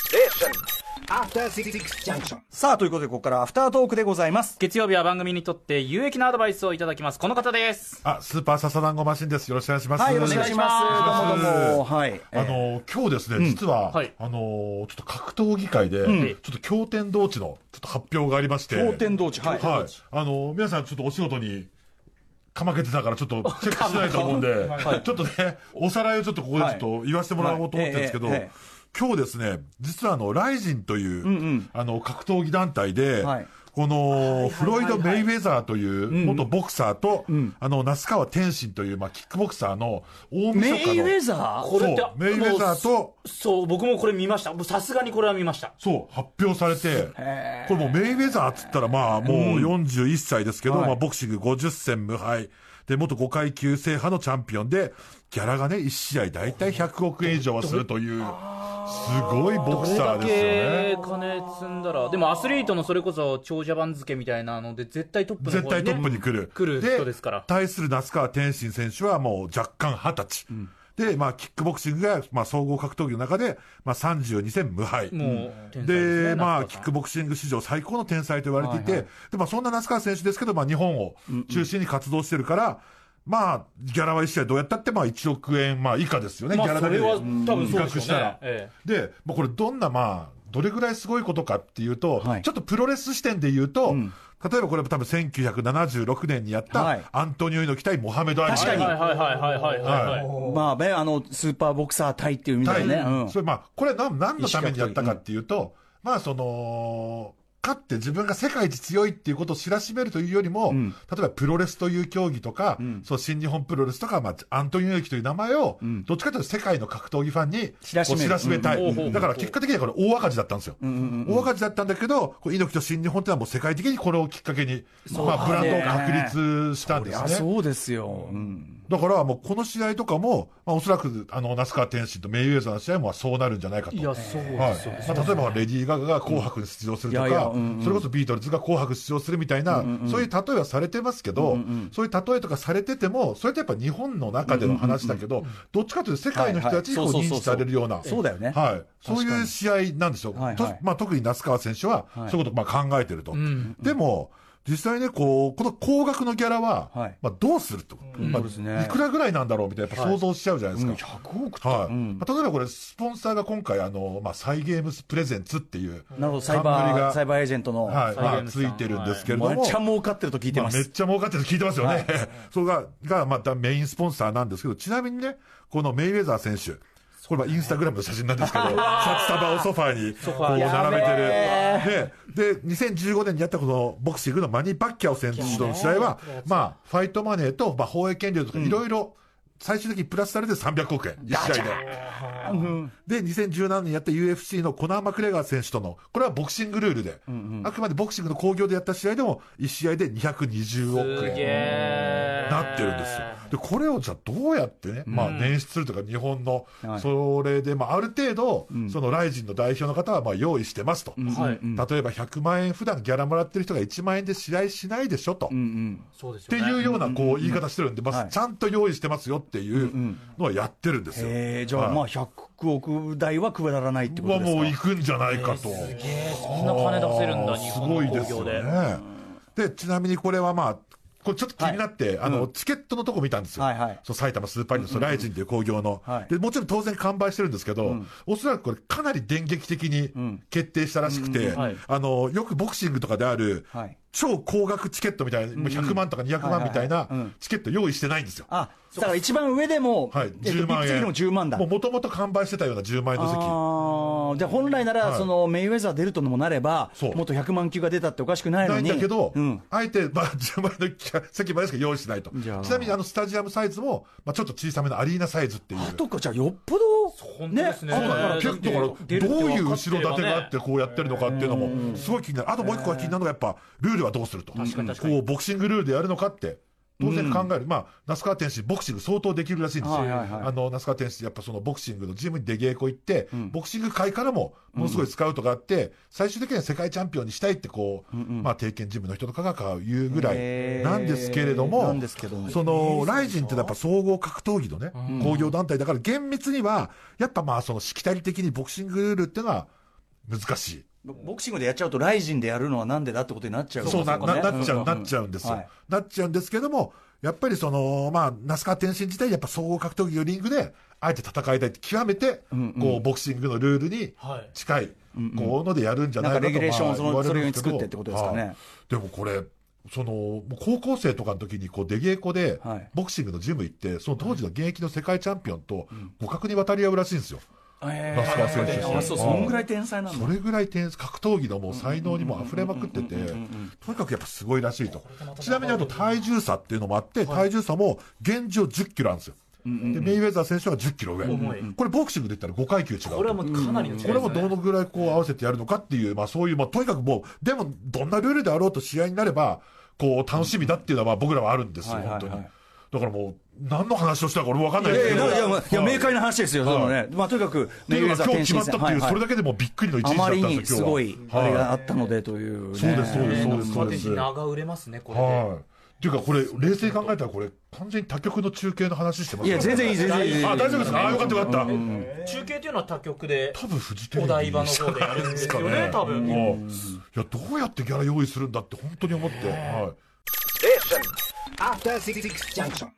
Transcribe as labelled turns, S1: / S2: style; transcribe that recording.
S1: Station.
S2: After Six Junction.
S3: さあ、ということで、ここからアフタートークでございます。
S4: 月曜日は番組にとって有益なアドバイスをいただきます。この方です。
S5: あ、スーパーササダンゴマシンです。よろしくお願いします。
S3: はい、よろしくお願いします。どうもどうも。はい。
S5: あの今日ですね、実は、
S4: はい
S5: あのちょっと格闘技会で、ちょっと経典同地のちょっと発表がありまして、
S3: えー、蒼天道地。はい。
S5: はい、あの皆さんちょっとお仕事に。かまけてたからちょっとチェックしないと思うんで、ちょっとね、おさらいをちょっとここでちょっと言わせてもらおうと思ってるんですけど、
S3: はいはいえええ
S5: 今日ですね、実はあの、ライジンという、
S3: ん
S5: あの、格闘技団体で、
S3: はい
S5: この、フロイド・メイウェザーという、元ボクサーと、あの、那須川天心という、まあ、キックボクサーの、大
S3: メ
S5: 晦日の。
S3: イウェザー
S5: これってそうメイウェザーと
S4: そう、僕もこれ見ました。もうさすがにこれは見ました。
S5: そう、発表されて、これもうメイウェザーっつったら、まあもう41歳ですけど、
S3: はい
S5: まあボクシング50戦無敗。で、元5階級制覇のチャンピオンで、ギャラがね、1試合大体100億円以上はするという、すごいボクサー
S4: だ
S5: ですよね。
S4: け金積んだら、でもアスリートのそれこそ長者番付みたいなので、絶対トップの方に、
S5: 絶
S4: ね、
S5: 対トップに来る。
S4: 来る人ですから
S5: 対する那須川天心選手はもう若干20歳。で、まあ、キックボクシングが、まあ、総合格闘技の中で、まあ、32戦無敗。
S4: もう天才すね
S5: で、ま
S4: 那須川
S5: あ、
S4: さん
S5: キックボクシング史上最高の天才と言われていて、で、まあ、そんな那須川選手ですけど、まあ、日本を中心に活動してるから、まあ、ギャラは一試合どうやったって、まあ、1億円、まあ、以下ですよね、
S4: まあ
S5: ギャラだけで。
S4: それは多分そうでしょうね
S5: 比較したら。
S4: え
S5: で、まあ、これどんな、まあ、どれぐらいすごいことかっていうと、
S3: はい
S5: ちょっとプロレス視点で言うと、例えばこれも多分1976年にやっ
S3: はい
S5: た、アントニオ猪木対モハメド・アリ。
S3: 確かに
S4: はいはいはいはいはいはい、はい。
S3: まあね、あの、スーパーボクサー対っていう意味で
S5: 対
S3: ね。うん
S5: それまあ、これは何何のためにやったかっていうと、まあその、勝って自分が世界一強いっていうことを知らしめるというよりも、例えばプロレスという競技とか、そう新日本プロレスとか、まあ、アントニオ猪木という名前を、どっちかというと世界の格闘技ファンに
S3: 知らしめる
S5: こう知らしめたい、
S4: うんうん
S5: だから結果的にはこれ大赤字だったんですよ、大赤字だったんだけど、こう猪木と新日本っていうのはもう世界的にこれをきっかけに、まあ、ブランドを確立したんです
S3: あ
S5: ね。
S3: そうですよ。うん
S5: だからもうこの試合とかも、まあ、おそらくあの那須川天心とメイウェザーの試合もそうなるんじゃないかと。
S4: いや、そうで
S5: は
S4: すよ。
S5: いまあ、例えばレディー・ガガが紅白に出場すると
S3: うんいやいや
S5: か
S3: うんうん、
S5: それこそビートルズが紅白出場するみたいな、そういう例えはされてますけど、そういう例えとかされてても、それってやっぱ日本の中での話だけど、どっちかというと世界の人たちにこう
S3: はいはい
S5: 認知されるような、
S3: そうそうそうそうだよね
S5: はい、そういう試合なんですよ
S3: かに
S5: と
S3: はいはい
S5: まあ、特に那須川選手は、そういうことをまあ考えてると。でも実際ね、こう、この高額のギャラは、
S3: はい
S5: まあどうすると、まあ
S3: そうですね
S5: いくらぐらいなんだろうみたいな、やっぱ想像しちゃうじゃないですか。
S3: 100億
S5: はいまあ例えばこれ、スポンサーが今回あの、まあ、サイ・ゲームス・プレゼンツっていう、
S3: なるほど、サイバ
S5: 冠
S3: ー、
S5: が
S3: サイバーエージェントの。
S5: は
S4: サ
S5: い
S4: イゲ
S5: ま
S4: ー
S5: あ、
S4: ムス
S5: つ
S4: さん
S5: いてるんですけれど
S3: め
S5: も、
S3: っちゃ儲かってると聞いて
S5: まあ
S3: ま
S5: めっ
S3: す。
S5: ちゃ儲かってると聞いてますよね、 それがが、まあ、メインスポンサーなんですけど、ちなみにね、このメイウェザー選手、これはインスタグラムの写真 なんですけど、札束をソファーにこう並べてる。で、で、2015年にやったこのボクシングのマニー・バッキャオ選手との試合は、まあ、ファイトマネーと、まあ、放映権料とかいろいろ、最終的にプラスされて300億円、1試合で。で、2017年やった UFC のコナー・マクレガー選手との、これはボクシングルールで、あくまでボクシングの興行でやった試合でも、1試合で220億円。
S4: すげえ。
S5: なってるんですよ。で、これをじゃあどうやってね、まあ捻出するとか日本の、それで、まあある程度、そのライジンの代表の方はまあ用意してますと。
S4: はい。
S5: 例えば100万円普段ギャラもらってる人が1万円で試合しないでしょと。
S4: そうです
S5: っ
S4: よ
S5: て
S4: ね。
S5: いうようなこう言い方してるんで、ま
S3: は
S5: あ
S3: い
S5: ちゃんと用意してますよっていうのはやってるんですよ。
S3: えー、じゃあ、まあ、100億台はくだらないってこと
S5: は
S3: ですか
S5: もう行くんじゃないかと。
S4: ええそんな金出せるんだ、日
S5: す
S4: 本の
S5: ごい
S4: 工
S5: です
S4: 業
S5: よ
S4: で。
S5: ね。で、ちなみにこれはまあ、これちょっと気になって、あの、チケットのとこ見たんですよ。
S3: はいはい
S5: そう埼玉スーパーアリーナ、そうライジンという興行の、
S3: はい
S5: で。もちろん当然完売してるんですけど、おそらくこれかなり電撃的に決定したらしくて、
S4: はい
S5: あの、よくボクシングとかである、
S3: はい
S5: 超高額チケットみたいな、もう100万とか200万みたいな
S3: はいはいうん
S5: チケット用意してないんですよ。
S3: あ、だから一番上でも、
S5: は
S3: え
S5: い、
S3: っと
S5: 10万
S3: ビッグ
S5: 円。
S3: 次の10万だ
S5: も。うもともと完売してたような10万円の席。
S3: あーじゃあ本来なら、
S5: はい
S3: そのメイウェザー出るとのもなれば、
S5: そう
S3: もっと100万球が出たっておかしくない
S5: な
S3: の
S5: いん
S3: に。
S5: だけど、
S3: うん
S5: あえて、まあ、10万 円のキャ席までしか用意しないと。ち
S3: じゃあ
S5: なみに、あの、スタジアムサイズも、まあ、ちょっと小さめのアリーナサイズっていう。
S3: あとか、じゃあよっぽど、
S4: 本当ですね
S3: あ
S5: そうだから
S4: えー
S5: 結構だ
S4: だって
S5: からどういう後
S4: 出る
S5: ろ
S4: って分かってれば
S5: 盾
S4: ね
S5: があってこうやってるのかっていうのもすごい気になるあともう一個が気になるのがやっぱルールはどうすると
S4: 確かに確かに
S5: こうボクシングルールでやるのかって当然考える、まあ那須川天心ボクシング相当できるらしいんですよ、
S3: はいはいはい
S5: あの那須川天心やっぱそのボクシングのジムに出稽古行って、ボクシング界からもものすごいスカウトがあって、最終的には世界チャンピオンにしたいってこう、まあ定見ジムの人とかが言うぐら
S3: へ
S5: い
S3: ー
S5: なんですけれども
S3: なんですけども
S5: そのライジンってのはやっぱ総合格闘技のね、工業団体だから厳密には、やっぱまあそのしきたり的にボクシングルールってのは、難しい。
S3: ボボクシングでやっちゃうと、ライジンでやるのはなんでだってことになっちゃう
S5: そうな
S3: こね
S5: ななっちゃう、なっちゃうんですよ、
S3: はい
S5: なっちゃうんですけども、やっぱりその、まあ、那須川天心自体、やっぱ総合格闘技のリングで、あえて戦いたいって、極めて、こうボクシングのルールに
S4: はい
S5: 近い、こうのでやるんじゃないかと
S3: なんかレギュレーションをその
S5: まあ言われるんすけ
S3: それに作
S5: ど
S3: ってってことですかね
S5: はいでもこれそのもう高校生とかの時にこう出稽古で
S3: はい
S5: ボクシングのジム行ってその当時の現役の世界チャンピオンと互角に渡り合うらしいんですよ、
S3: え
S5: 那須川選手
S3: ー、あそうそんぐらい天才なんだ
S5: それぐらい天格闘技のもう才能にも溢れまくってて、とにかくやっぱすごいらしいと。ちなみにあと体重差っていうのもあって、体重差も現状10キロあるんですよ。で、メイウェザー選手は10キロ上。
S4: 重い
S5: これボクシングで言ったら5階級違うと。
S4: これはもうかなりの違いですね
S5: これもどのぐらいこう合わせてやるのかっていう、まあそういう、まあとにかくもう、でもどんなルールであろうと試合になれば、こう楽しみだっていうのはまあ僕らはあるんですよ、
S3: はいはいは
S5: 本
S3: い
S5: 当に。だからもう、何の話をしたか俺もわかんないです
S3: え
S5: け
S3: え
S5: ど。
S3: いやいやいや
S5: は
S3: 明快な話ですよ、そのねまあ、とにかく、
S5: っていうのが今日決まったっていう、それ
S3: だ
S5: だけでもびっくりの一
S3: あ
S5: 日だ
S3: ま
S5: った
S3: り
S5: ん
S3: に
S5: です
S3: す
S5: よ、
S3: ご
S5: 今
S3: い
S5: 日は。
S3: あれ
S5: はい
S3: があったのでという、ね、
S5: そうですそうですそうです
S4: ス
S5: そ
S4: カ
S5: うで
S4: テ
S5: す
S4: ジ長売れますねこれで
S5: はい。っていうか、これ、冷静に考えたら、これ、完全に他局の中継の話してます
S3: い
S5: よ
S3: や、全然いい、全然いい全然いい、
S5: あ、大丈夫ですかあ、よかったよかった。
S4: 中継というのは他局で
S5: 多分、フジテレ
S4: お
S5: ビ
S4: 台場の方でやるんですよね多分
S5: うんいや、どうやってギャラ用意するんだって、本当に思って。はい。
S2: After Six Junction.